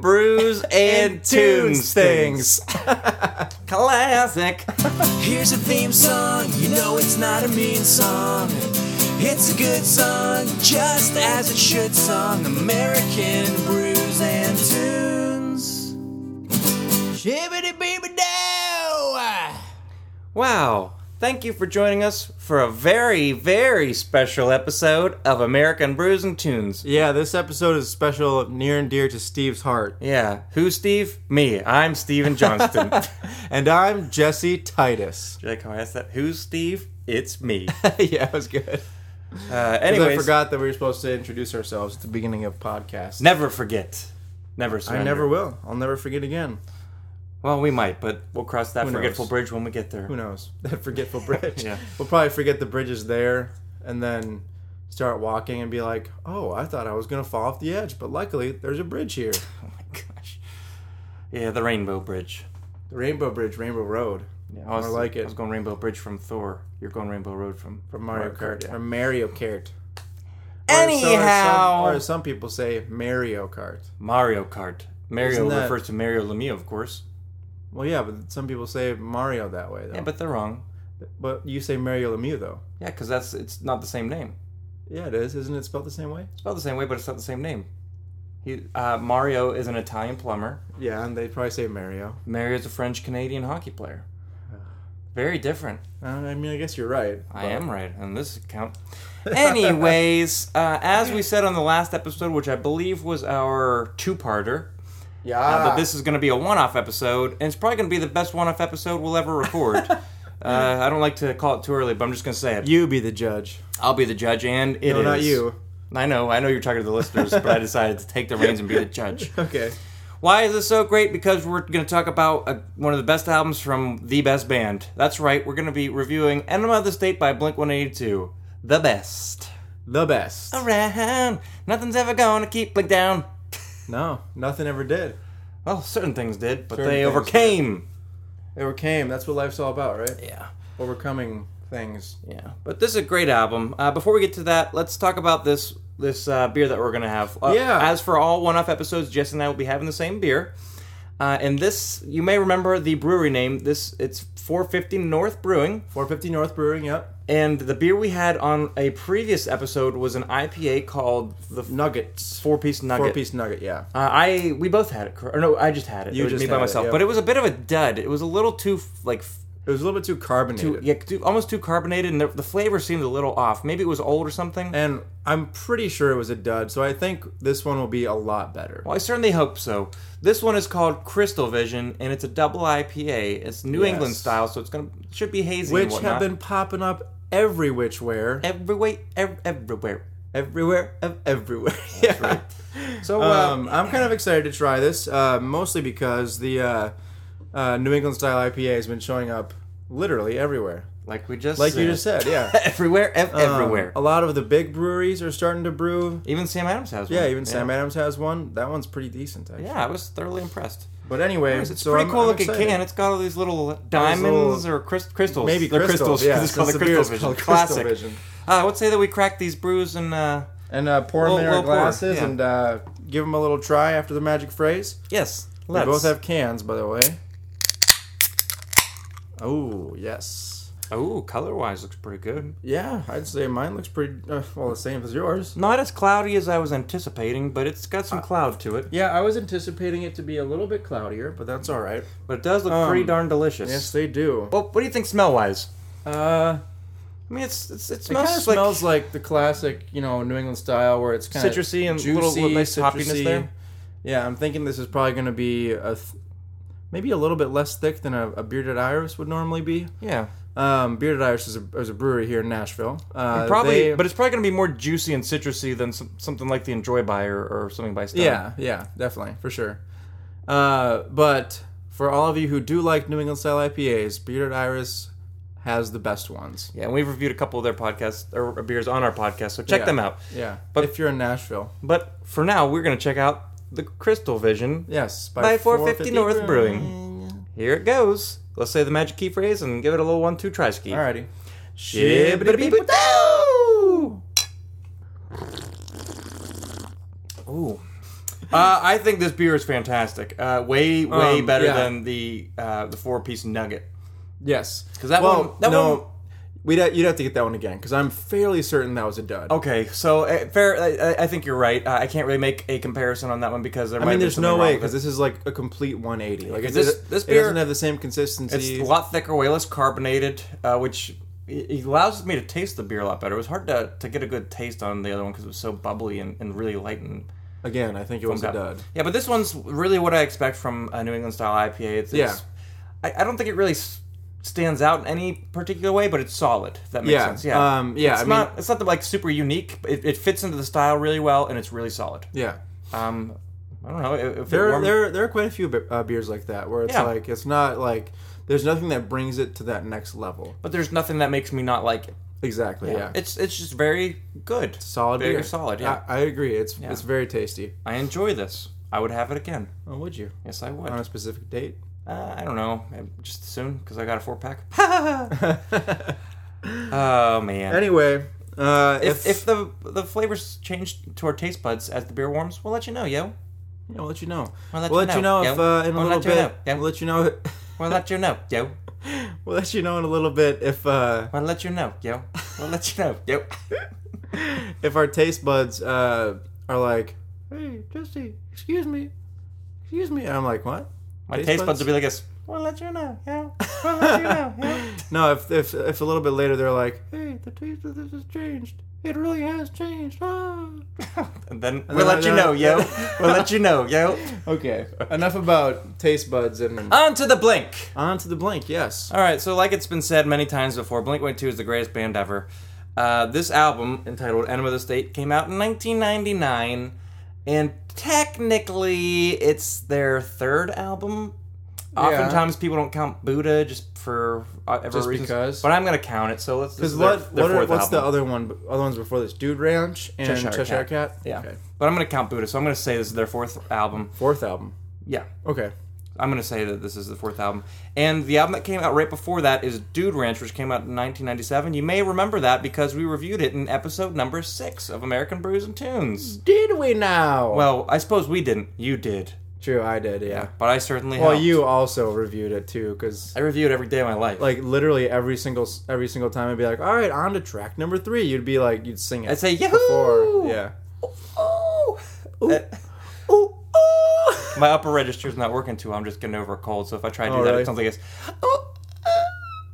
brews and, And tunes tunes things. Classic. Here's a theme song, you know it's not a mean song. It's a good song, just as it should song. American brews and tunes. Shibbity beeby dow! Wow. Thank you for joining us for a very, very special episode of American Brews and Tunes. Yeah, this episode is special, near and dear to Steve's heart. Yeah. Who, Steve? Me. I'm Steven Johnston. And I'm Jesse Titus. You're like, oh, that's that. Who's Steve? It's me. yeah, it was good. Uh, 'Cause anyways, I forgot that we were supposed to introduce ourselves at the beginning of podcasts. never forget. Never surrender. I never will. I'll never forget again. Well, we might, but we'll cross that Who knows? forgetful bridge when we get there. Who knows? That forgetful bridge. Yeah. We'll probably forget the bridge is there and then start walking and be like, oh, I thought I was going to fall off the edge, but luckily there's a bridge here. Oh my gosh. Yeah, the Rainbow Bridge. The Rainbow Bridge, Rainbow Road. Yeah, More like I it. was going Rainbow Bridge from Thor. You're going Rainbow Road from From Mario Kart. yeah. From Mario Kart. Or so- Anyhow, Or, some, or some people say Mario Kart. Mario Kart. Mario Isn't that- refers to Mario Lemieux, of course. Well, yeah, but some people say Mario that way, though. Yeah, but they're wrong. but you say Mario Lemieux, though. Yeah, because that's it's not the same name. Yeah, it is. Isn't it spelled the same way? It's spelled the same way, but it's not the same name. He, uh, Mario is an Italian plumber. Yeah, and they probably say Mario. Mario is a French Canadian hockey player. Very different. Uh, I mean, I guess you're right. I am right on this account. Anyways, uh, as we said on the last episode, which I believe was our two-parter, Yeah. uh, that this is going to be a one-off episode, and it's probably going to be the best one-off episode we'll ever record. uh, I don't like to call it too early, but I'm just going to say it. you be the judge. I'll be the judge, and it is No, not you. I know, I know you're talking to the listeners, but I decided to take the reins and be the judge. Okay. Why is this so great? Because we're going to talk about uh one of the best albums from the best band. That's right, we're going to be reviewing "Enema of the State" by Blink 182, the best. The best. Oh. Around, nothing's ever going to keep Blink down. No, nothing ever did. Well, certain things did, but Certain they things did. overcame. Overcame. That's what life's all about, right? Yeah. Overcoming things. Yeah, but this is a great album. Uh, before we get to that, let's talk about this this uh, beer that we're gonna have. Uh, Yeah. As for all one-off episodes, Jess and I will be having the same beer. Uh, and this, you may remember the brewery name. This it's 450 North Brewing, 450 North Brewing, yep. and the beer we had on a previous episode was an IPA called the Nuggets. Four Piece Nugget. Four piece nugget, yeah. Uh, I we both had it, cor- or no, I just had it. it You was just me by had it, myself, yeah. but it was a bit of a dud. It was a little too f- like f- It was a little bit too carbonated. too, yeah, too, almost too carbonated, and the, the flavor seemed a little off. Maybe it was old or something. And I'm pretty sure it was a dud, so I think this one will be a lot better. Well, I certainly hope so. This one is called Crystal Vision, and it's a double IPA. It's New Yes. England style, so it's gonna should be hazy. and Which have whatnot. been popping up every which where. everywhere, ev- everywhere. Everywhere of everywhere. That's right. So uh, Um, I'm kind of excited to try this, uh, mostly because the uh, uh, New England style IPA has been showing up literally everywhere. like we just Like you just said, yeah. everywhere, ev- Um, everywhere. a lot of the big breweries are starting to brew. Even Sam Adams has one. Yeah, even Sam Adams has one. That one's pretty decent, actually. Yeah, I was thoroughly impressed. But anyway, It's so pretty I'm- cool I'm looking excited. can. It's got all these little diamonds or crys- crystals. Maybe They're crystals, yeah, 'cause It's called since the the beer Crystal is Vision. called Classic. Crystal Vision. Uh, I would say that we crack these brews and uh, And uh, pour them Little- in our little pour, glasses yeah. and uh, give them a little try after the magic phrase. yes, We let's. both have cans, by the way. Oh, yes. Oh, color wise looks pretty good. Yeah, I'd say mine looks pretty uh, well the same as yours. Not as cloudy as I was anticipating, but it's got some cloud to it. Yeah, I was anticipating it to be a little bit cloudier, but that's all right. But it does look pretty Um, darn delicious. Yes, they do. Well, what do you think smell wise? Uh, I mean, it's, it's it it kind smells of like smells like the classic, you know, New England style where it's kind of Citrusy and little- little nice hoppiness there. Yeah, I'm thinking this is probably going to be a th- maybe a little bit less thick than a, a bearded iris would normally be. yeah, Um, bearded iris is a, is a brewery here in Nashville. Uh, probably, they- but it's probably going to be more juicy and citrusy than some, something like the Enjoy by or, or something by Stone. Yeah, yeah, definitely for sure. Uh, but for all of you who do like New England style IPAs, Bearded Iris has the best ones. Yeah, and we've reviewed a couple of their podcasts or uh, beers on our podcast, so check Yeah. them out. Yeah. But- But if you're in Nashville, But for now, we're gonna check out the Crystal Vision yes, by, by 450 North Brewing. Here it goes. Let's say the magic key phrase and give it a little one-two try ski. Alrighty. Shibbidi-bidi-bidi-boo. Ooh. Uh, I think this beer is fantastic. Uh, way, way Um, better yeah. than the uh, the four piece nugget. Yes, because that well, one- that no, one- we'd ha- you'd have to get that one again because I'm fairly certain that was a dud. Okay, so uh, fair. I, I- I think you're right. Uh, I can't really make a comparison on that one because there I might mean, be there's something no wrong way with because it. this is like a complete 180. Like it, this- it- this it beer- doesn't have the same consistency. it's a lot thicker, way less carbonated, uh, which it it allows me to taste the beer a lot better. It was hard to, to get a good taste on the other one because it was so bubbly and, and really light and Again, I think it was a dud. Yeah, but this one's really what I expect from a New England style IPA. It's, it's I, I don't think it really s- stands out in any particular way, but it's solid. If that makes Yeah, sense. Yeah. um, yeah, It's I mean- not. It's not like super unique. but It, it fits into the style really well, and it's really solid. Yeah, Um, I don't know. If it there warm- there there are quite a few be- uh, beers like that where it's Yeah. like it's not like there's nothing that brings it to that next level. but there's nothing that makes me not like it. Exactly. Yeah. It's it's just very good. solid Very beer. solid. Yeah. I, I agree. It's it's very tasty. I, enjoy this. I would have it again. Oh, would you Yes, I would. on a specific date? Uh, I don't know. Just soon because I got a four pack. oh man. Anyway, uh, if, if the the flavors change to our taste buds as the beer warms, we'll let you know, yo. Yeah, we'll let you know. We'll let we'll you let you know, know if yeah. uh, in We'll a little let you bit. know, yeah. We'll let you know. We'll let you know, yo. We'll let you know in a little bit if uh, We'll let you know, yo. We'll let you know, yo. if our taste buds uh, are like, hey, Jesse, excuse me, excuse me. And I'm like, what? My taste, Taste buds buds? will be like this. We'll let you know, yo. We'll let you know, yo. No, if if if a little bit later they're like, hey, the taste of this has changed. It really has changed. Ah. And then And we'll then let I you know, know- yo. We'll let you know, yo. Okay, enough about taste buds and On to the Blink. on to the blank. Yes. All right, so like it's been said many times before, Blink 182 is the greatest band ever. Uh, this album, entitled Enema of the State, came out in 1999, and technically it's their third album. Oftentimes people don't count Buddha just for uh, ever Just reasons, because? but I'm gonna count it. So let's. this Because is their- what, their what are, fourth what's the album. other one? Other ones before this, Dude Ranch and Cheshire Cheshire, Cat. Cat. Yeah, Okay. but I'm gonna count Buddha, so I'm gonna say this is their fourth album. Fourth album. Yeah, Okay. I'm gonna say that this is the fourth album, and the album that came out right before that is Dude Ranch, which came out in 1997. You may remember that because we reviewed it in episode number six of American Brews and Tunes. Did we now? Well, I suppose we didn't. You did, True, I did, yeah. but I certainly. Well, helped. you also reviewed it too, because I review it every day of my life. like literally every single every single time I'd be like, "All right, on to track number three. You'd be like, you'd sing it. I'd say, "Yahoo!" before, yeah. Oh, Ooh, ooh. my upper register's not working too. well. I'm just getting over a cold, so if I try to do Oh, that, really? it sounds like it's. "Oh, ah."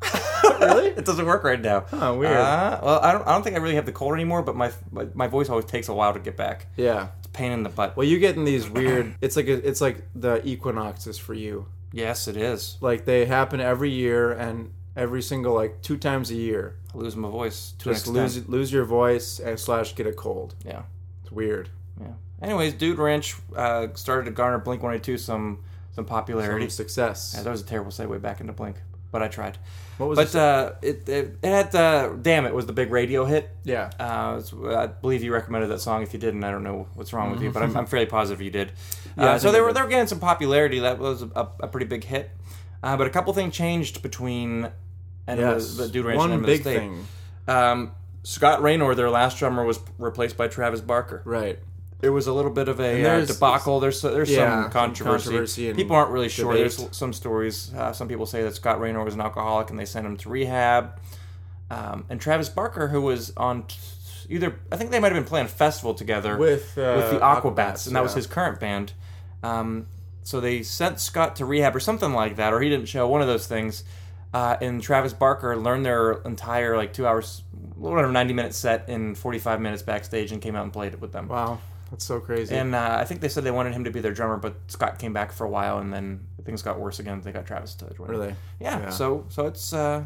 Really? it doesn't work right now. Oh, weird. Uh, well, I don't. I don't think I really have the cold anymore, but my my, my voice always takes a while to get back. yeah. It's a pain in the butt. Well, you get in these weird. It's like a, it's like the equinoxes for you. Yes, it is. Like they happen every year and every single like two times a year. I lose my voice to Just an extent. lose lose your voice and slash get a cold. Yeah, It's weird. yeah. Anyways, Dude Ranch uh, started to garner Blink One Eight Two some some popularity. From success. Yeah, that was a terrible segue back into Blink, but I tried. What was But it? uh, it, it it had uh, damn it was the big radio hit. yeah. Uh, it's- I believe you recommended that song. If you didn't, I don't know what's wrong with you, but I'm, I'm fairly positive you did. Mm-hmm. I uh, think so they I were did. they were getting some popularity. That was a, a pretty big hit. Uh, but a couple things changed between and it was yes. the Dude Ranch and One Enema of the big State. thing. Um, Scott Raynor, their last drummer, was replaced by Travis Barker. Right. There was a little bit of a uh, there's- debacle. There's there's some Yeah, some controversy. controversy and people aren't really sure. debate. There's some stories. Uh, some people say that Scott Raynor was an alcoholic and they sent him to rehab. Um, and Travis Barker, who was on t- either, I think they might have been playing festival together With, uh, with the Aquabats, and that was yeah. his current band. Um, so they sent Scott to rehab or something like that, or he didn't show one of those things. Uh, and Travis Barker learned their entire like two hours, whatever ninety minute set in forty five minutes backstage, and came out and played it with them. Wow, that's so crazy. And uh, I think they said they wanted him to be their drummer, but Scott came back for a while, and then things got worse again. They got Travis to join. Really? Yeah. Yeah. So so it's uh,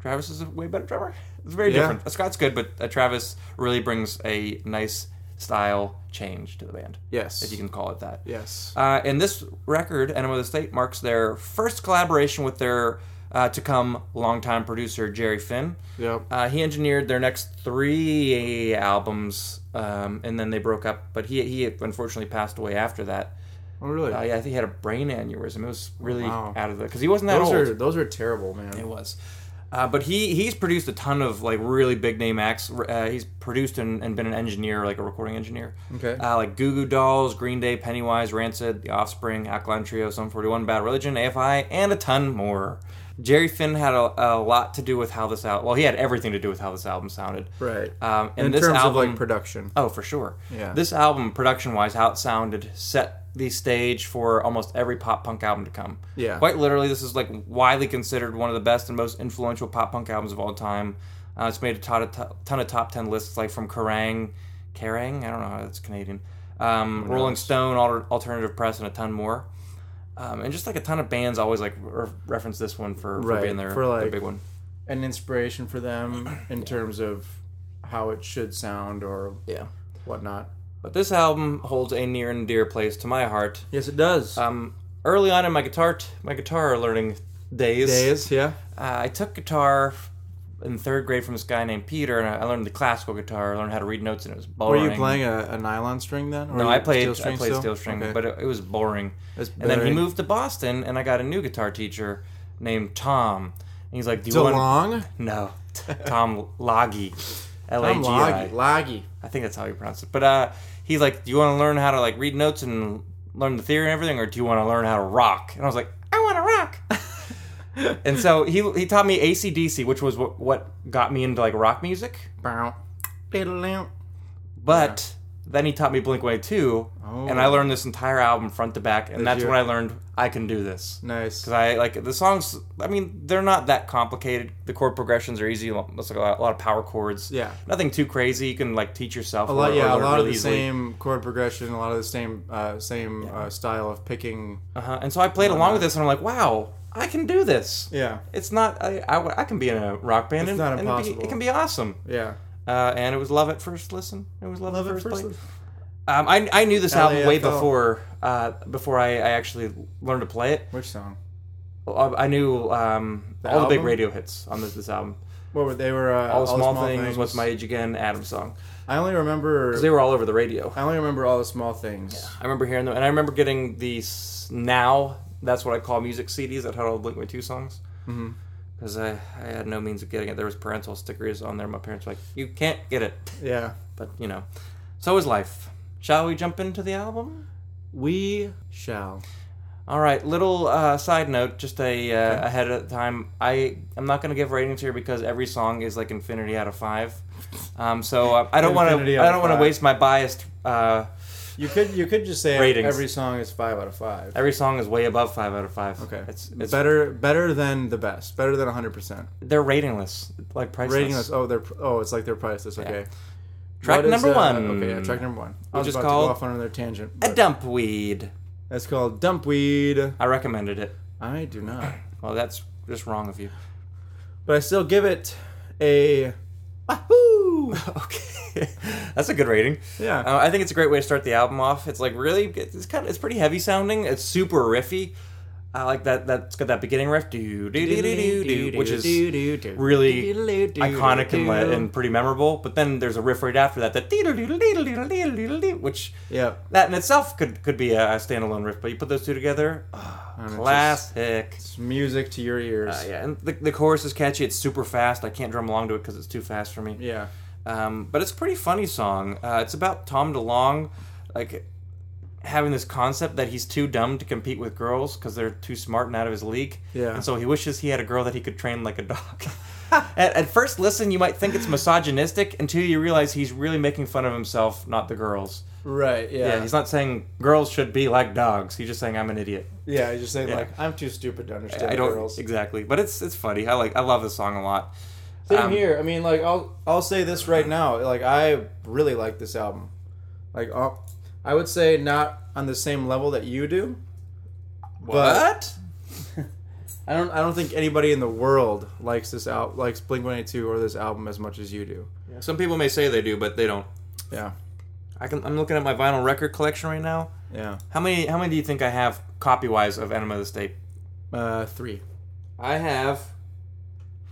Travis is a way better drummer. It's very Yeah. uh, different. Scott's good, but uh, Travis really brings a nice style change to the band. Yes. If you can call it that. Yes. Uh, and this record, Enema of the State, marks their first collaboration with their uh, to come longtime producer, Jerry Finn. Yep. Uh, he engineered their next three albums, um, and then they broke up. But he he unfortunately passed away after that. oh, really? Uh, yeah, I think he had a brain aneurysm. It was really Wow. out of the because he wasn't that those old. are those are terrible, man. It was. Uh, but he he's produced a ton of like really big name acts. Uh, he's produced and, and been an engineer, like a recording engineer. Okay. Uh, like Goo Goo Dolls, Green Day, Pennywise, Rancid, The Offspring, Alkaline Trio, Sum 41, Bad Religion, AFI, and a ton more. Jerry Finn had a, a lot to do with how this album. Well, he had everything to do with how this album sounded. Right. Um, and in this terms album, of like production. Oh, for sure. Yeah. This album, production wise, how it sounded, set the stage for almost every pop punk album to come. Yeah. Quite literally, this is like widely considered one of the best and most influential pop punk albums of all time. Uh, it's made a ton, of, ton of top 10 lists, like from Kerrang, Kerrang? I don't know how that's Canadian. Um, Rolling Stone, Alter, Alternative Press, and a ton more. Um, and just like a ton of bands always like re- reference this one for, for Right, being their, for, their like- big one. An inspiration for them in terms of how it should sound or Yeah. whatnot. But this album holds a near and dear place to my heart. Yes, it does. um, early on in my guitar t- my guitar learning days, Days, yeah. Uh, I took guitar in third grade from this guy named Peter, and I I learned the classical guitar. I learned how to read notes, and it was Were boring. you playing a, a nylon string then? Or No, were you I played. Steel string I played still? steel string, Okay. but it, it was boring. That's and then he boring. moved to Boston, and I got a new guitar teacher named Tom. And he's like, "Do you so want?" long. No, Tom Loggy, L A I'm G laggy. I. Laggy. I think that's how you pronounce it. But uh, he's like, "Do you want to learn how to like read notes and learn the theory and everything, or do you want to learn how to rock?" And I was like, "I want to rock." and so he he taught me ACDC, which was what what got me into like rock music. Bow. Diddle-lamp. But then he taught me Blink Way Two, and I learned this entire album front to back, and that's Oh. you? when I learned I can do this. Nice. Because I like the songs. I mean, they're not that complicated. The chord progressions are easy. It's like a lot, a lot of power chords. Yeah. nothing too crazy. You can like teach yourself. a lot, or, or yeah, a learn lot of really the easily. same chord progression, a lot of the same uh, same uh, style of picking. Uh-huh. And so I played along with this, and I'm like, wow, I can do this. Yeah, It's not, I, I, I can be in a rock band. and, not and it'd be- impossible. it can be awesome. yeah. Uh, and it was love at first listen. It was love, at first, first play. Um, I, I knew this album way LAFL. before uh, before I, I actually learned to play it. Uh, Which song? I I knew um, all the big album? radio hits on this, this album. What were they were? Uh, All, the small, things, What's My Age Again, Adam song. I only remember. They were all over the radio. I only remember all the small things. I remember hearing them, and I remember getting the s- now. That's what I call music CDs that had all the Blink One Two songs. Because I, I had no means of getting it. There was parental stickers on there. My parents were like, "You can't get it," Yeah. but you know, so is life. Shall we jump into the album? we shall. All right. Little uh, side note, just a uh, ahead of time. I I'm not going to give ratings here because every song is like infinity out of five. Um, so uh, I don't want Infinity to out I of don't want to five. waste my biased. Uh, You could you could just say Ratings. every song is five out of five. every song is way above five out of five. Okay, It's it's better better than the best. Better than hundred percent. They're ratingless, like priceless. Ratingless. Oh, they're oh, it's like they're priceless. Okay. Track What is, number uh, one. Okay, yeah, track number one. I was Which is about called- to go off on another tangent. A but dump weed. That's called Dumpweed. I recommended it. I do not. Well, that's just wrong of you. but I still give it a wahoo. okay, that's a good rating. Yeah. Uh, I think it's a great way to start the album off. It's like really, it's kind of, it's pretty heavy sounding. It's super riffy. I like that. That's got that beginning riff, do do do do do, do, which is really iconic and, le- and pretty memorable. But then there's a riff right after that, that dee-doo-doo-doo-doo-doo-doo-doo-doo-doo, which Yep. that in itself could could be a, a standalone riff. But you put those two together, And it's classic. Oh, just music to your ears. Uh, yeah, and the, the chorus is catchy. It's super fast. I can't drum along to it because it's too fast for me. yeah. Um, but it's a pretty funny song. Uh, it's about Tom DeLong, like having this concept that he's too dumb to compete with girls because they're too smart and out of his league. Yeah. And so he wishes he had a girl that he could train like a dog. at, at first listen, you might think it's misogynistic until you realize he's really making fun of himself, not the girls. Right. Yeah. Yeah, he's not saying girls should be like dogs. He's just saying I'm an idiot. yeah. He's just saying Yeah. like I'm too stupid to understand I don't girls. exactly, but it's it's funny. I like I love this song a lot. Same um, here. I mean, like I'll I'll say this right now. Like I really like this album. Like i I would say not on the same level that you do. What? I don't. I don't think anybody in the world likes this out likes Blink One Eight Two or this album as much as you do. Some people may say they do, but they don't. Yeah. I can, I'm looking at my vinyl record collection right now. Yeah. How many? How many do you think I have copy wise of Enema of the State? Uh, three. I have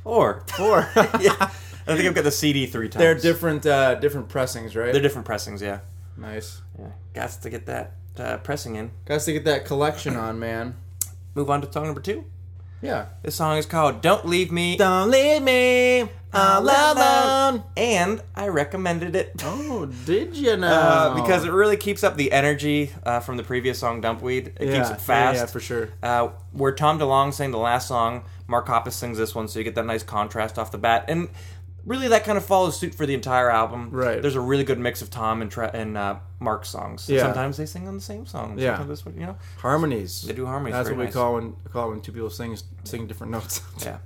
four. Four. yeah, I think I've got the CD three times. They're different uh, different pressings, right? They're different pressings. Yeah. nice. Yeah. Got to get that uh, pressing in. Got to get that collection on, man. Move on to song number two. Yeah. This song is called "Don't Leave Me." Don't leave me all alone. And I recommended it Oh, did you know? uh, because it really keeps up the energy uh, from the previous song, Dumpweed. It keeps it fast. Yeah, for sure. uh, where Tom DeLonge sang the last song, Mark Hoppus sings this one, so you get that nice contrast off the bat. And really, that kind of follows suit for the entire album. Right. There's a really good mix of Tom and Tra- and uh, Mark songs. Yeah. Sometimes they sing on the same song. Yeah. Sometimes this one, you know. Harmonies. They do harmonies, That's very what we nice. call when call when two people sing sing different notes. Yeah.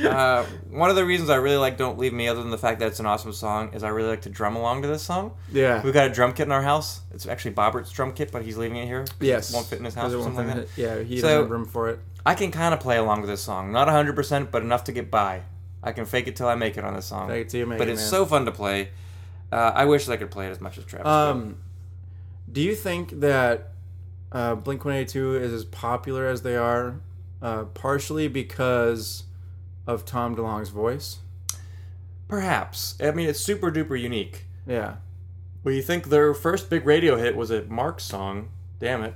Uh, one of the reasons I really like "Don't Leave Me," other than the fact that it's an awesome song, is I really like to drum along to this song. Yeah. We've got a drum kit in our house. It's actually Bobbert's drum kit, but he's leaving it here. 'cause it yes. won't fit in his house Because it or won't something like fit that. in it. Yeah, he So- doesn't have room for it. I can kind of play along with this song. Not 100%, but enough to get by. I can fake it till I make it on this song. Fake it till you make but it, it's man. so fun to play. Uh, I wish I could play it as much as Travis. could. Um, do you think that uh, Blink One Eighty Two is as popular as they are, uh, partially because of Tom DeLonge's voice? Perhaps. I mean, it's super duper unique. Yeah. Well, you think their first big radio hit was a Mark song. Damn it.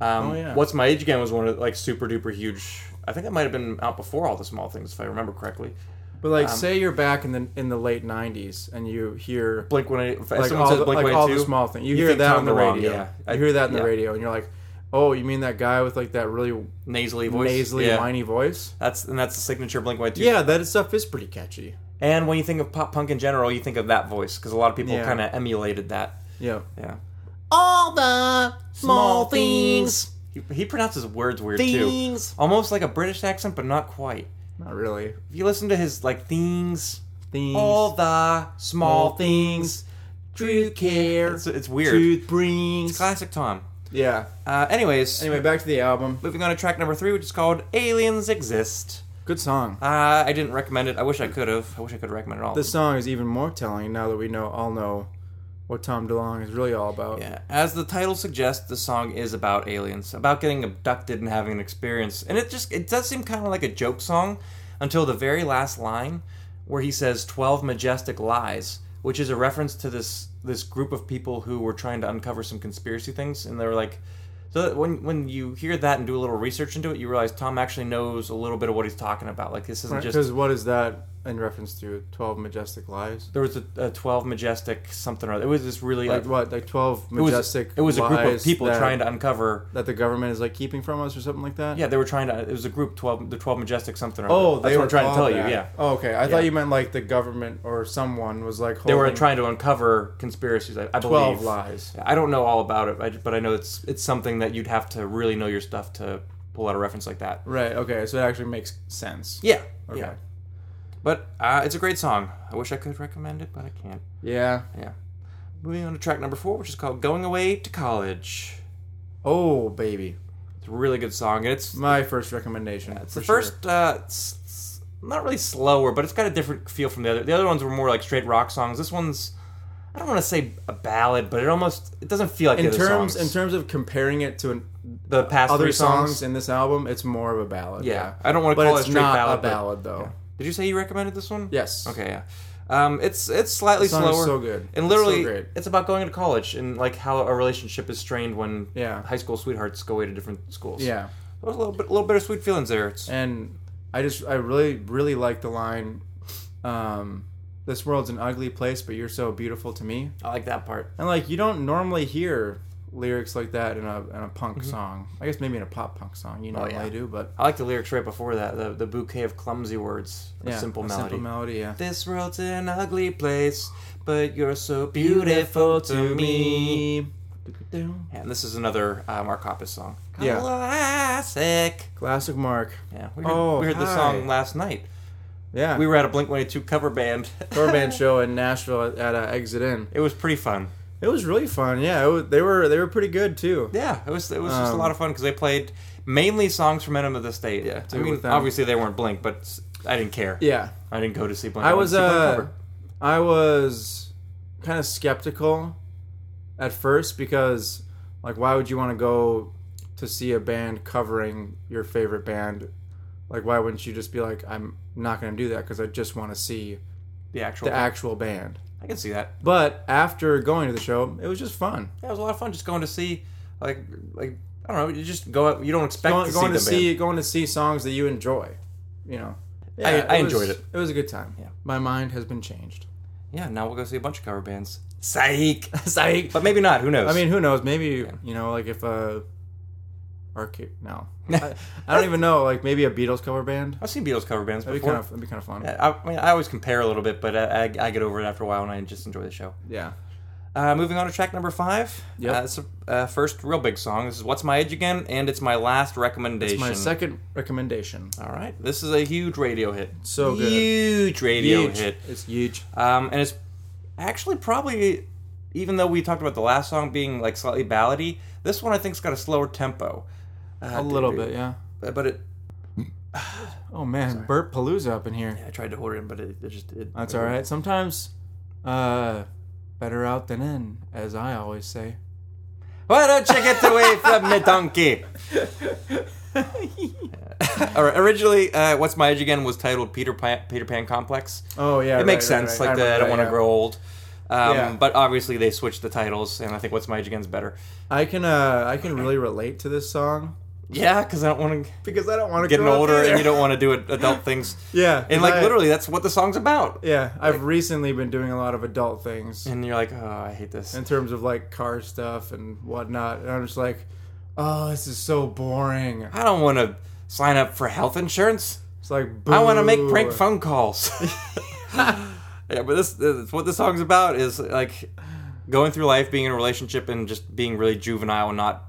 Um, Oh, yeah. What's My Age Again was one of, like, super duper huge. I think that might have been out before all the small things, if I remember correctly. But like, say you're back in the in the late '90s and you hear Blink 182. like, all the, like all the small things. You, hear that on the radio. Yeah. You hear that on yeah. the radio, and you're like, "Oh, you mean that guy with like that really Nasally voice. nasally, yeah. whiny voice?" That's, and that's the signature Blink 182 Yeah, that stuff is pretty catchy. And when you think of pop punk in general, you think of that voice because a lot of people Yeah. kind of emulated that. Yeah. Yeah. All the small things. He, he pronounces words weird Things. too. Almost like a British accent, but not quite. Not really. If you listen to his like things, Things. all the small small things, things. True care. it's, it's weird. Truth brings. Classic Tom. Yeah. Uh, anyways, Anyway, back to the album. moving on to track number three, which is called "Aliens Exist." Good song. Uh, I didn't recommend it. I wish I could have. I wish I could recommend it all. This song is even more telling now that we know all know what Tom DeLonge is really all about. Yeah, as the title suggests, the song is about aliens, about getting abducted and having an experience. And it just it does seem kind of like a joke song until the very last line where he says 12 majestic lies, which is a reference to this this group of people who were trying to uncover some conspiracy things and they were like so that when when you hear that and do a little research into it, you realize Tom actually knows a little bit of what he's talking about. Like this isn't Because just what is that in reference to? Twelve majestic lives. there was a, a twelve majestic something or other. It was this really Like what? Like twelve it was, majestic. it was a group of lies people that, trying to uncover that the government is like keeping from us or something like that. Yeah, they were trying to. It was a group twelve, the twelve majestic something. Or Oh, other. they that's were what I'm trying to tell called that. you. Yeah, Oh, okay. I thought you meant like the government or someone was like they holding were trying to uncover conspiracies. I, I twelve believe. lies. I don't know all about it, I ju- but I know it's it's something that you'd have to really know your stuff to pull out a reference like that. Right. Okay. So it actually makes sense. Yeah, Okay. yeah. But uh, it's a great song. I wish I could recommend it, but I can't. Yeah. Yeah. Moving on to track number four, which is called "Going Away to College." Oh, baby. It's a really good song, and it's My first recommendation. It's for the sure. first, uh, s- s- not really slower, but it's got a different feel from the other. The other ones were more like straight rock songs. This one's, I don't want to say a ballad, but it almost it doesn't feel like In the other terms, in songs. terms of comparing it to an, the past other three songs, songs. in this album, it's more of a ballad. Yeah. I don't wanna but call it it's a straight not ballad, a but- ballad though. Did you say you recommended this one? Yes. Okay. Yeah. Um, it's it's slightly The song is slower. so good. And It's so literally, great. it's about going to college and like how a relationship is strained when Yeah. high school sweethearts go away to different schools. Yeah. There was a little bit, a little bit of sweet feelings there. It's, And I just, I really, really like the line. Um, this world's an ugly place, but you're so beautiful to me. I like that part. And like you don't normally hear lyrics like that in a in a punk song. I guess maybe in a pop punk song you normally yeah. do, but I like the lyrics right before that. The, the bouquet of clumsy words, a yeah, simple a melody. Simple melody, yeah. This world's an ugly place, but you're so beautiful to me. And this is another uh, Mark Hoppus song. Yeah. Classic. Classic Mark. Yeah. We heard, Oh, we heard the hi. song last night. Yeah. We were at a Blink 182 cover band. tour band show in Nashville at, at uh, Exit Inn. it was pretty fun. It was really fun. Yeah, it was, they were they were pretty good too. Yeah. It was it was just a Um, lot of fun because they played mainly songs from Enema of the State. Yeah. I do mean, with them. obviously they weren't Blink, but s- I didn't care. Yeah. I uh, didn't go to see Blink. I was went to see Blink uh cover. I was kind of skeptical at first because like why would you want to go to see a band covering your favorite band? Like why wouldn't you just be like I'm not going to do that because I just want to see The actual. the actual band. I can see that. But after going to the show, it was just fun. Yeah, it was a lot of fun just going to see, like, like I don't know. You just go out. You don't expect Going, to going to see the see going to see songs that you enjoy, you know. I- I was- enjoyed it. It was a good time. Yeah. My mind has been changed. band. Yeah, now we'll go see a bunch of cover bands. Psych. Psych. But maybe not. Who knows? I mean, who knows? Maybe you know, like if a arcade. No, I, I don't even know. Like maybe a Beatles cover band. I've seen Beatles cover bands That'd be before. kind of that'd be kind of fun. I, I mean, I always compare a little bit, but I, I, I get over it after a while, and I just enjoy the show. Yeah. Uh, moving on to track number five. Yep. Uh, it's a uh, first real big song. This is "What's My Age Again," and it's my last recommendation. It's my second recommendation. All right, this is a huge radio hit. So good. Huge radio Huge. hit. It's huge. Um, and it's actually probably, even though we talked about the last song being like slightly ballady, this one I think's got a slower tempo. A little bit, yeah. Uh, But it, Oh man, Burt Palooza up in here. I tried to hold it in, but it, it just it, That's all right. Sometimes, uh, better out than in, as I always say. Why don't you get away from me, donkey? all right. Originally, uh, "What's My Age Again" was titled "Peter Pan, Peter Pan Complex." Oh yeah, it right, makes right, sense. right. Like, the, I don't remember that, want to yeah. grow old. Um, Yeah. But obviously, they switched the titles, and I think "What's My Age Again" is better. I can uh, I can really relate to this song Yeah, because I don't want to because I don't want to getting older, and you don't want to do ad- adult things. Yeah, and like I- literally, that's what the song's about. Yeah, I've recently been doing a lot of adult things. And you're like, oh, I hate this. in terms of like car stuff and whatnot. And I'm just like, oh, this is so boring. I don't want to sign up for health insurance. It's like, I want to make boo. prank phone calls. yeah, but this, this what this song's about is like going through life, being in a relationship, and just being really juvenile and not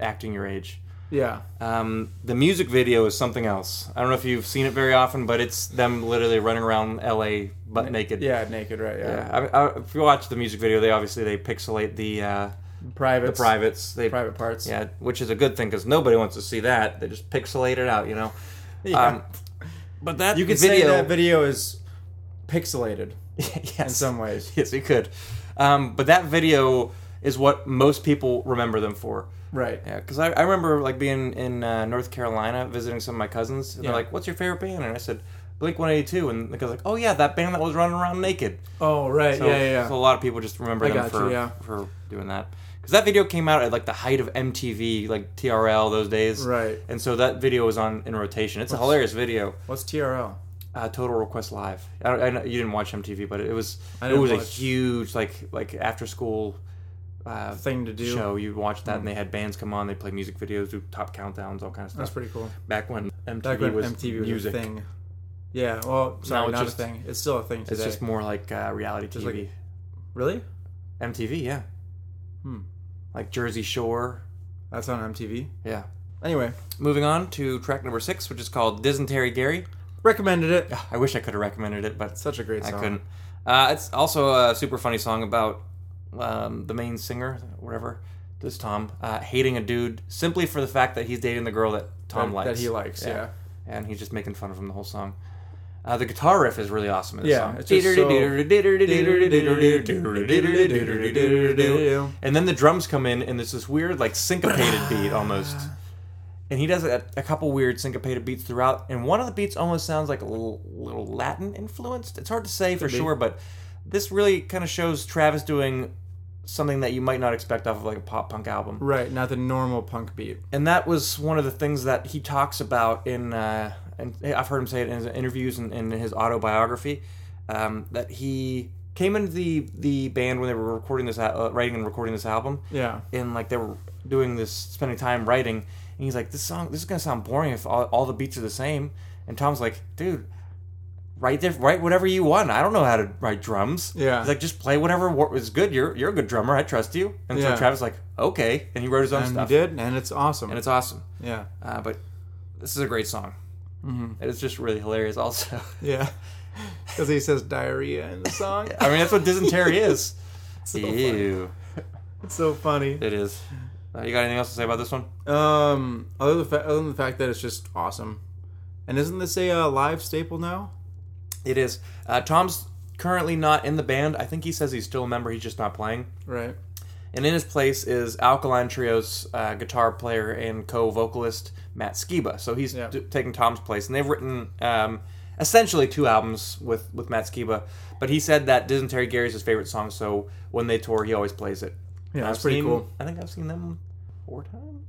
acting your age. Yeah, Um, the music video is something else. I don't know if you've seen it very often, but it's them literally running around L.A. butt naked. Mm, yeah, naked, right? Yeah, Yeah, I, I, if you watch the music video, they obviously they pixelate the uh, private, privates. They private parts. yeah, which is a good thing because nobody wants to see that. They just pixelate it out, you know. Yeah. Um, but that you could Um, video, say that video is pixelated yes, in some ways. yes, you could. Um, but that video is what most people remember them for. Right. Yeah, because I, I remember like being in uh, North Carolina visiting some of my cousins, and Yeah. they're like, "What's your favorite band?" And I said, "Blink One Eighty Two. and the guy's like, "Oh yeah, that band that was running around naked." Oh, right. So, yeah, yeah, so a yeah. lot of people just remember I them got for you, yeah. for doing that because that video came out at like the height of MTV, like TRL those days, Right. And so that video was on in rotation. It's a hilarious video. What's TRL? Uh, Total Request Live. I, don't, I know you didn't watch MTV, but it was I it was a didn't watch. huge like like after school. Uh, Thing to do. show you'd watch that and they had bands come on they play music videos do top countdowns all kind of stuff Mm. That's pretty cool. back when mtv Back when was MTV was music a thing. Yeah. Well, sorry, it's not just- a thing. It's still a thing today. it's just more like uh, reality tv like- really? mtv yeah Hmm. like jersey shore That's on MTV. yeah Anyway, Moving on to track number six, which is called Dysentery Gary. recommended it. I wish I could have recommended it, but Such a great I song. couldn't. Uh, it's also a super funny song about um, the main singer, whatever, this Tom, uh, hating a dude simply for the fact that he's dating the girl that Tom That- likes. that he likes, yeah. And he's just making fun of him the whole song. Uh, the guitar riff is really awesome in this Yeah, song. it's just so- And then the drums come in, and there's this weird, like, syncopated beat almost and he does a, a couple weird syncopated beats throughout and one of the beats almost sounds like a little, little latin influenced it's hard to say for sure but this really kind of shows travis doing something that you might not expect off of like a pop punk album Right, not the normal punk beat. and that was one of the things that he talks about in uh, and I've heard him say it in his interviews and in his autobiography um, that he came into the the band when they were recording this al- uh, writing and recording this album Yeah. and like they were doing this spending time writing and he's like this song this is gonna sound boring if all, all the beats are the same and tom's like dude write diff- write whatever you want i don't know how to write drums Yeah. he's like just play whatever wor- is good you're you're a good drummer i trust you and so Yeah. travis like okay and he wrote his own And stuff he did, and it's awesome. and it's awesome yeah. uh, but this is a great song mm-hmm. it's just really hilarious also Yeah. Because he says diarrhea in the song. i mean that's what dysentery is ew It's so funny. it is uh, you got anything else to say about this one Um, other than, the fa- other than the fact that it's just awesome. And isn't this a uh, live staple now? It is. Uh, Tom's currently not in the band. I think he says he's still a member. He's just not playing. Right. And in his place is Alkaline Trio's uh, guitar player and co vocalist, Matt Skiba. So he's Yeah. d- taking Tom's place. And they've written um, essentially two albums with, with Matt Skiba. But he said that Dysentery Gary's his favorite song, so when they tour, he always plays it. Yeah, And that's I've pretty seen- cool. I think I've seen them four times.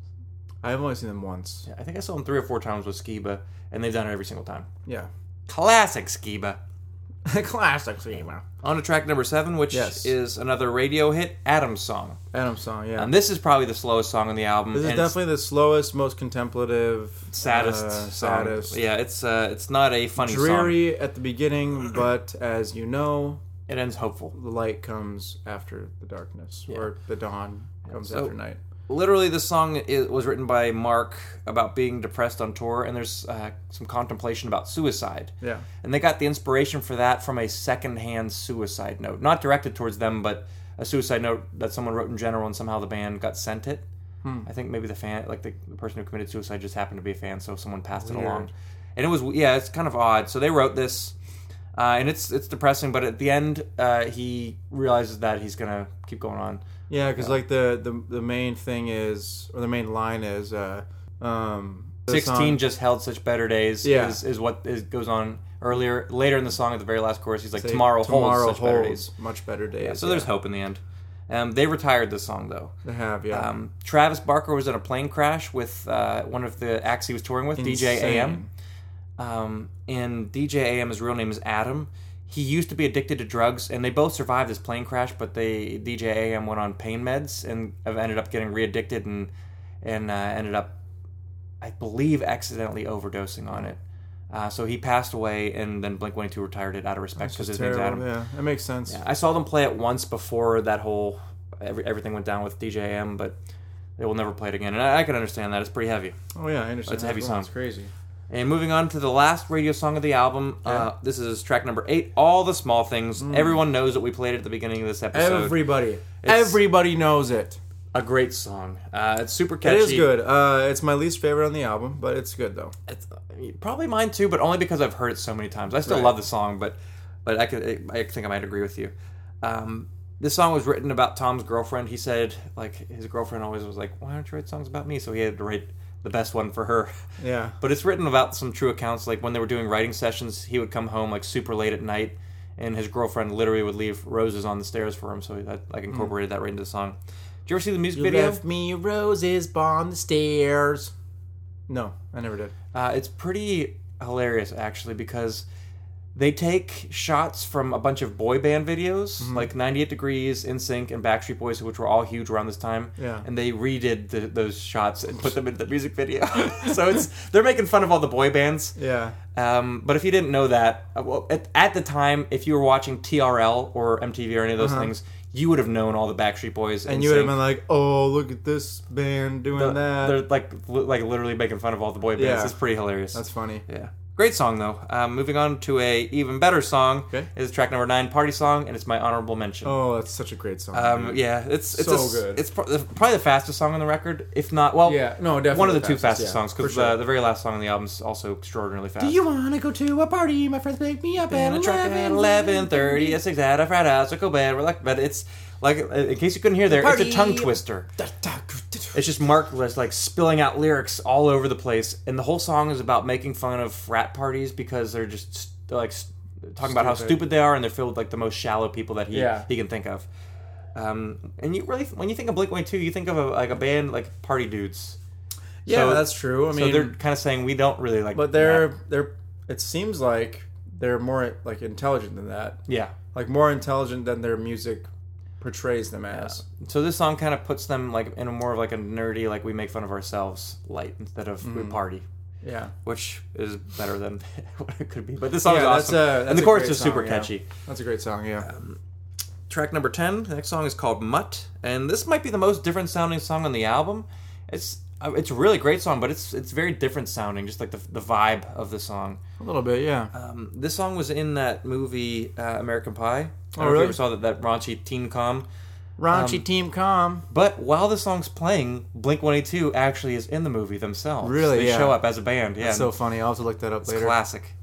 I've only seen them once. Yeah, I think I saw them three or four times with Skiba, and they've done it every single time. Yeah. Classic Skiba. Classic Skiba. On to track number seven, which Yes. is another radio hit, Adam's Song. Adam song, yeah. And Um, this is probably the slowest song on the album. this is and it's definitely the slowest, most contemplative, saddest, uh, song. saddest. Yeah, it's uh, it's not a funny song. dreary at the beginning, but as you know, It ends hopeful. the light comes after the darkness, or the dawn comes So- after night. Literally, this song i was written by Mark about being depressed on tour, and there's uh, some contemplation about suicide. Yeah. And they got the inspiration for that from a secondhand suicide note. Not directed towards them, but a suicide note that someone wrote in general, and somehow the band got sent it. Hmm. I think maybe the fan, like the, the person who committed suicide, just happened to be a fan, so someone passed it along. Weird. And it was yeah, it's kind of odd. So they wrote this, uh, and it's it's depressing. But at the end, uh, he realizes that he's gonna keep going on. Yeah, because like the, the the main thing is, or the main line is, uh, um, the Sixteen song- just held such better days. Yeah. is, is what is, goes on earlier later in the song at the very last chorus. He's like, say, tomorrow, tomorrow holds such better days. much better days. So there's hope in the end. Um, they retired this song though. they have yeah. Um, Travis Barker was in a plane crash with uh, one of the acts he was touring with, DJ Insane. AM. Um, and DJ AM, his real name is Adam. He used to be addicted to drugs, and they both survived this plane crash. But they DJ AM went on pain meds and have ended up getting re-addicted and and uh, ended up, I believe, accidentally overdosing on it. Uh, so he passed away, and then Blink One Two retired it out of respect because his name's Adam. Terrible. Yeah, that makes sense. I saw them play it once before that whole every, everything went down with DJM, but they will never play it again. And I, I can understand that; it's pretty heavy. Oh yeah, I understand. It's a heavy that. song. It's crazy. And moving on to the last radio song of the album, uh, this is track number eight. All the small things. Everyone knows that we played it at the beginning of this episode. Everybody, everybody knows it. a great song. Uh, it's super It catchy. is good. Uh, it's my least favorite on the album, but it's good though. It's, I mean, probably mine too, but only because I've heard it so many times. I still Right. love the song, but but I could I think I might agree with you. Um, this song was written about Tom's girlfriend. He said like his girlfriend always was like, "Why don't you write songs about me?" So he had to write the best one for her. Yeah. But it's written about some true accounts. Like when they were doing writing sessions, he would come home like super late at night, and his girlfriend literally would leave roses on the stairs for him. So that like Mm. incorporated that right into the song. Did you ever see the music video? me roses on the stairs. No, I never did. Uh, it's pretty hilarious actually because they take shots from a bunch of boy band videos Mm-hmm. like 98 Degrees, NSYNC, and Backstreet Boys, which were all huge around this time. Yeah. And they redid the, those shots and put them into the music video. so it's they're making fun of all the boy bands. Yeah. Um, but if you didn't know that, uh, well, at, at the time, if you were watching TRL or MTV or any of those things, you would have known all the Backstreet Boys. Uh-huh. And you would have been like, "Oh, look at this band doing that." Uh, they're like li- like literally making fun of all the boy bands. Yeah. It's pretty hilarious. That's funny. Yeah. Great song though. Um, moving on to a even better song Okay. is track number nine, "Party Song," and it's my honorable mention. Oh, that's such a great song. Um, yeah, it's it's So a s- good. It's pro- probably the fastest song on the record, if not well. Yeah, no, definitely one of the, the two fastest, fastest yeah, songs because for sure. the, the very last song on the album is also extraordinarily fast. Do you wanna go to a party? My friends pick me up at and a track at eleven. eleven thirty, a six out of fried out, so go bad, relax. But it's like, in case you couldn't hear there, it's a party- tongue twister. It's just Mark was like spilling out lyrics all over the place, and the whole song is about making fun of frat parties because they're just they're, like s- talking about how Stupid. stupid they are, and they're filled with like the most shallow people that he Yeah. he can think of. Um, and you really, when you think of Blink One Two, you think of a, like a band like party dudes. Yeah, So- that's true. I mean, so they're kind of saying we don't really like, but they're that." they're. It seems like they're more like intelligent than that. yeah. Like more intelligent than their music portrays them as. So this song kind of puts them like in a more of like a nerdy like we make fun of ourselves light instead of we Mm-hmm. party. Yeah. Which is better than what it could be, but this song is Yeah, that's awesome, a- that's and the a chorus great is super song, yeah. catchy. That's a great song. Yeah. track number 10 the next song is called mutt and this might be the most different sounding song on the album it's uh, it's a really great song but it's it's very different sounding just like the, the vibe of the song a little bit. Yeah. um, this song was in that movie uh, american pie I don't know Oh, if you really? ever saw that, that raunchy teen com Raunchy Team Com. but while the song's playing blink 182 actually is in the movie themselves Really? they Yeah. show up as a band yeah So funny. I'll have to look that up later. Oh. classic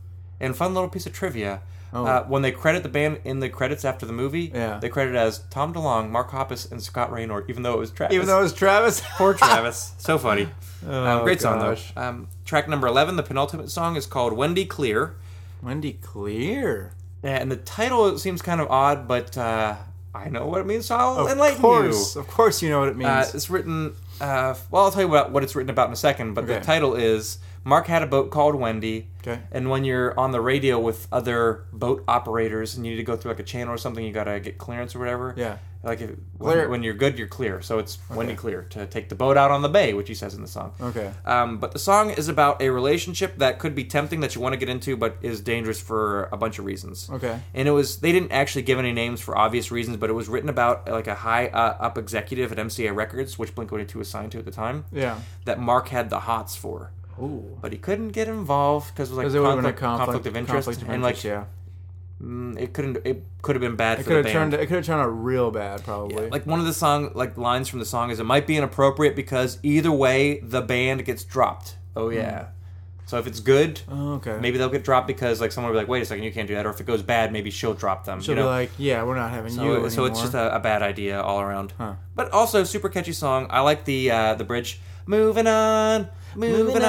and fun little piece of trivia Uh, when they credit the band in the credits after the movie, Yeah. they credit it as Tom DeLonge, Mark Hoppus, and Scott Raynor, even though it was Travis. Even though it was Travis. Poor Travis. so funny. um, great gosh. song, though. Um, track number 11, the penultimate song, is called Wendy Clear. Wendy Clear. Yeah, and the title seems kind of odd, but uh, I know what it means, so I'll enlighten course, you. of course, you know what it means. Uh, it's written. Uh, well, I'll tell you about what it's written about in a second. But the Okay. title is "Mark Had a Boat Called Wendy." Okay. And when you're on the radio with other boat operators and you need to go through like a channel or something, you gotta get clearance or whatever. Yeah. Like if, Clear. when, when you're good, you're clear. So it's Wendy Clear to take the boat out on the bay, which he says in the song. Okay. Um, but the song is about a relationship that could be tempting that you want to get into, but is dangerous for a bunch of reasons. Okay. And it was they didn't actually give any names for obvious reasons, but it was written about like a high uh, up executive at MCA Records, which Blink One Eighty Two was signed to at the time. Yeah. That Mark had the hots for, Ooh. but he couldn't get involved because like 'Cause conflict, it would've been a conflict of interest, conflict of and like interest, yeah. mm, it couldn't it could have been bad It for the could band. have turned. It could have turned out real bad, probably. like one of the song like lines from the song is it might be inappropriate because either way the band gets dropped. Oh yeah. So if it's good, Hmm. Oh, okay. maybe they'll get dropped because like someone will be like, wait a second, you can't do that. Or if it goes bad, maybe she'll drop them. she'll you know? be like, "Yeah, we're not having you So, anymore." so it's just a, a bad idea all around. Huh. But also super catchy song. I like the uh, the bridge. Moving on, moving, on.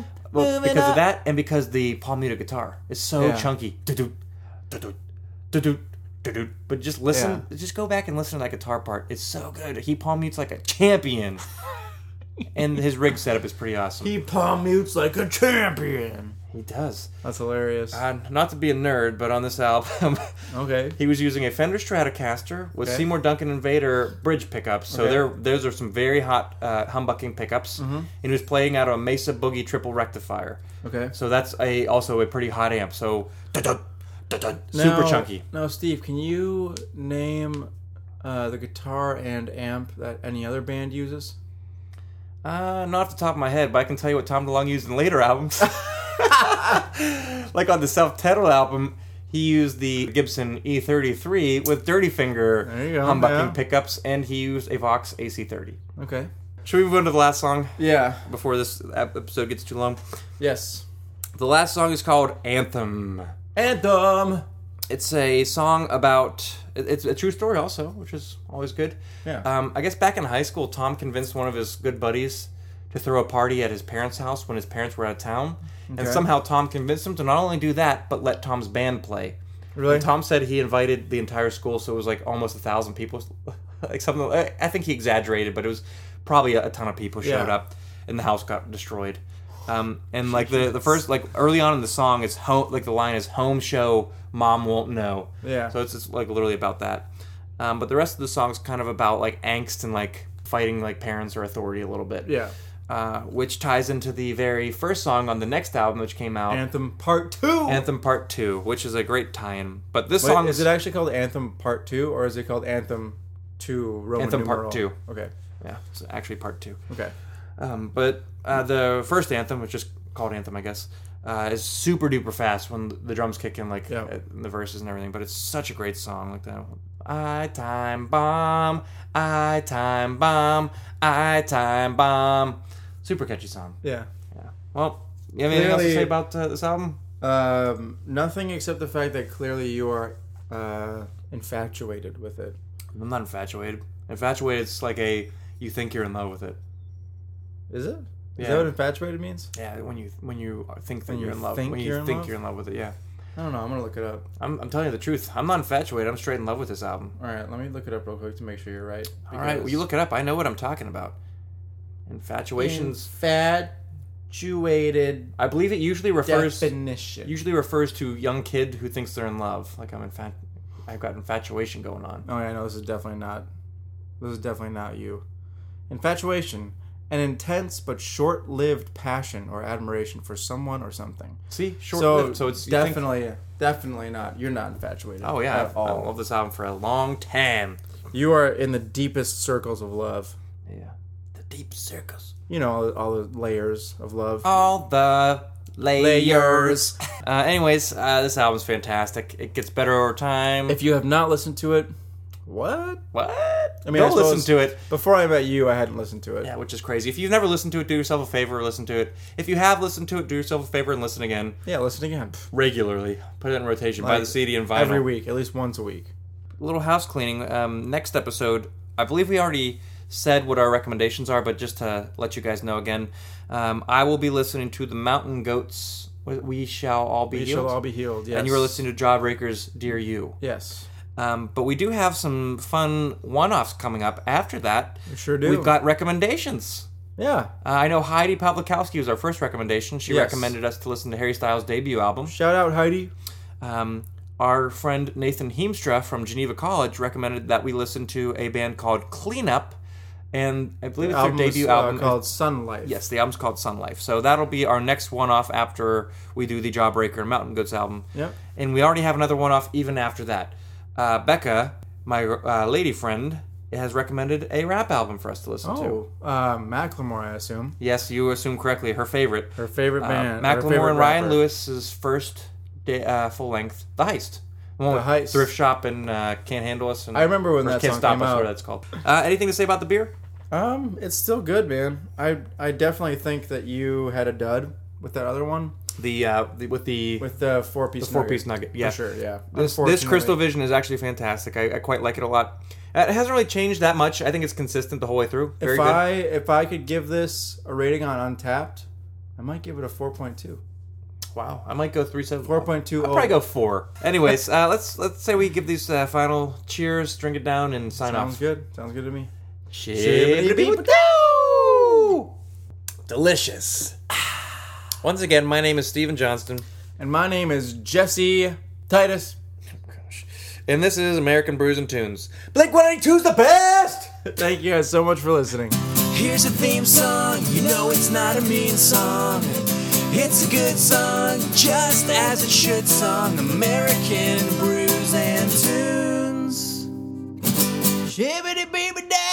on, Well, moving because on. of that, and because the palm muted guitar is so Yeah. chunky. Du-du, du-du, du-du, du-du. But just listen, just go back and listen to that guitar part. It's so good. He palm mutes like a champion, and his rig setup is pretty awesome. He, he palm mutes like a champion. does. That's hilarious. Uh, not to be a nerd, but on this album, okay. He was using a Fender Stratocaster with Okay. Seymour Duncan and Vader bridge pickups. So Okay. Mm-hmm. there, those are some very hot uh, humbucking pickups. And he was playing out of a Mesa Boogie triple rectifier. Okay. So that's a also a pretty hot amp. So dun-dun, dun-dun, super Now- chunky. Now, Steve, can you name uh, the guitar and amp that any other band uses? Uh, not off the top of my head, but I can tell you what Tom DeLonge used in later albums. like on the self-titled album, he used the Gibson E33 with Dirty Finger There you go, humbucking yeah. pickups, and he used a Vox AC30. Okay. Should we move on to the last song? Yeah. before this ep- episode gets too long. Yes. The last song is called Anthem. Anthem. It's a song about it- it's a true story also, which is always good. Yeah. Um, I guess back in high school, Tom convinced one of his good buddies to throw a party at his parents' house when his parents were out of town, and Okay. somehow Tom convinced him to not only do that but let Tom's band play. Really? And Tom said he invited the entire school, so it was like almost a thousand people, like something. I I think he exaggerated, but it was probably a, a ton of people showed Yeah. up, and the house got destroyed. Um, and like the the first like early on in the song is home like the line is home show mom won't know Yeah. so it's just like literally about that um, but the rest of the song's kind of about like angst and like fighting like parents or authority a little bit Yeah. uh, which ties into the very first song on the next album which came out Anthem Part Two. Anthem Part Two, which is a great tie-in. But this Wait, song is it actually called Anthem Part Two, or is it called Anthem Two Roman Anthem Part Two. numeral? Okay. yeah, it's actually Part Two. Okay. Um, but uh, the first anthem, which is called Anthem, I guess, uh, is super duper fast when the drums kick in, like Yeah. uh, in the verses and everything. But it's such a great song, like that. I time bomb, I time bomb, I time bomb. Super catchy song. Yeah. Yeah. Well, you have anything else to Clearly- say about uh, this album? Um, nothing except the fact that clearly you are uh, infatuated with it. I'm not infatuated. Infatuated is like a you think you're in love with it. Is it? Is Yeah. that what infatuated means? Yeah, when you when you think that When you're you in love, think when you you're in think love? you're in love with it, yeah. I don't know. I'm gonna look it up. I'm, I'm telling you the truth. I'm not infatuated. I'm straight in love with this album. All right, let me look it up real quick to make sure you're right. All right, well, you look it up. I know what I'm talking about. Infatuations. infatuated I believe it usually refers definition. usually refers to young kid who thinks they're in love. Like I'm infat. I've got infatuation going on. Oh yeah, no, this is definitely not. This is definitely not you. Infatuation, an intense but short-lived passion or admiration for someone or something. See, short so, lived. So it's you think- definitely, definitely not. You're not infatuated. oh yeah, at I've, I all. love this album for a long time. You are in the deepest circles of love. Yeah, the deep circles. You know all, all the layers of love. All the layers. Layers. uh, anyways, uh, this album's fantastic. It gets better over time. If you have not listened to it, What? What? I mean, mean, I don't listen suppose- to it. Before I met you, I hadn't listened to it. Yeah, which is crazy. If you've never listened to it, do yourself a favor, listen to it. If you have listened to it, do yourself a favor and listen again Yeah, listen again. Pff, regularly. Put it in rotation. Buy Like, the CD and vinyl. Every week, at least once a week. little house cleaning. Um, next episode, I believe we already said what our recommendations are, but just to let you guys know again, um, I will be listening to the Mountain Goats. We- We shall all be We healed. shall all be healed. Yes. And you are listening to Jawbreakers, dear you. Yes. Um, but we do have some fun one-offs coming up after that. We sure do. We've got recommendations. Yeah. Uh, I know Heidi Pavlikowski was our first recommendation. She Yes. recommended us to listen to Harry Styles' debut album. Shout out Heidi. Um, our friend Nathan Heemstra from Geneva College recommended that we listen to a band called Cleanup, and I believe it's their Album was, debut uh, album. called Sun Life. yes, the album's called Sun Life. So that'll be our next one-off after we do the Jawbreaker and Mountain Goats album. Yep. And we already have another one-off even after that. Uh, Becca, my uh, lady friend, has recommended a rap album for us to listen to. Oh, uh, Macklemore, I assume. Yes, you assume correctly. Her favorite. Her favorite band. her Uh, Macklemore favorite and Ryan rapper. Lewis's first da- uh, full length, The Heist. The, one The with Heist. Thrift Shop and uh, Can't Handle Us. And I remember when or that Can't song Stop came Us, out. whatever that's called. Uh, anything to say about the beer? Um, it's still good, man. I I definitely think that you had a dud with that other one The, uh, the with the, with the four piece. four piece nugget. Yeah, For sure. Yeah. This, this Unfortunately- Crystal Vision is actually fantastic. I, I quite like it a lot. Uh, It hasn't really changed that much. I think it's consistent the whole way through. Very If good. I if I could give this a rating on Untapped, I might give it a four point two. wow, I might go three seven Four point two. oh. I'll probably go four. Anyways, uh, let's let's say we give these uh, final cheers, drink it down, and sign Sounds off. good. Sounds good to me. Shibbity-beep-a-doo! Delicious. Once again, my name is Steven Johnston, And my name is Jesse Titus. and this is American Brews and Tunes. Blake 182's the best! Thank you guys so much for listening. Here's a theme song, you know it's not a mean song. It's a good song, just as it should song. American brews and tunes. Shibbity beeby da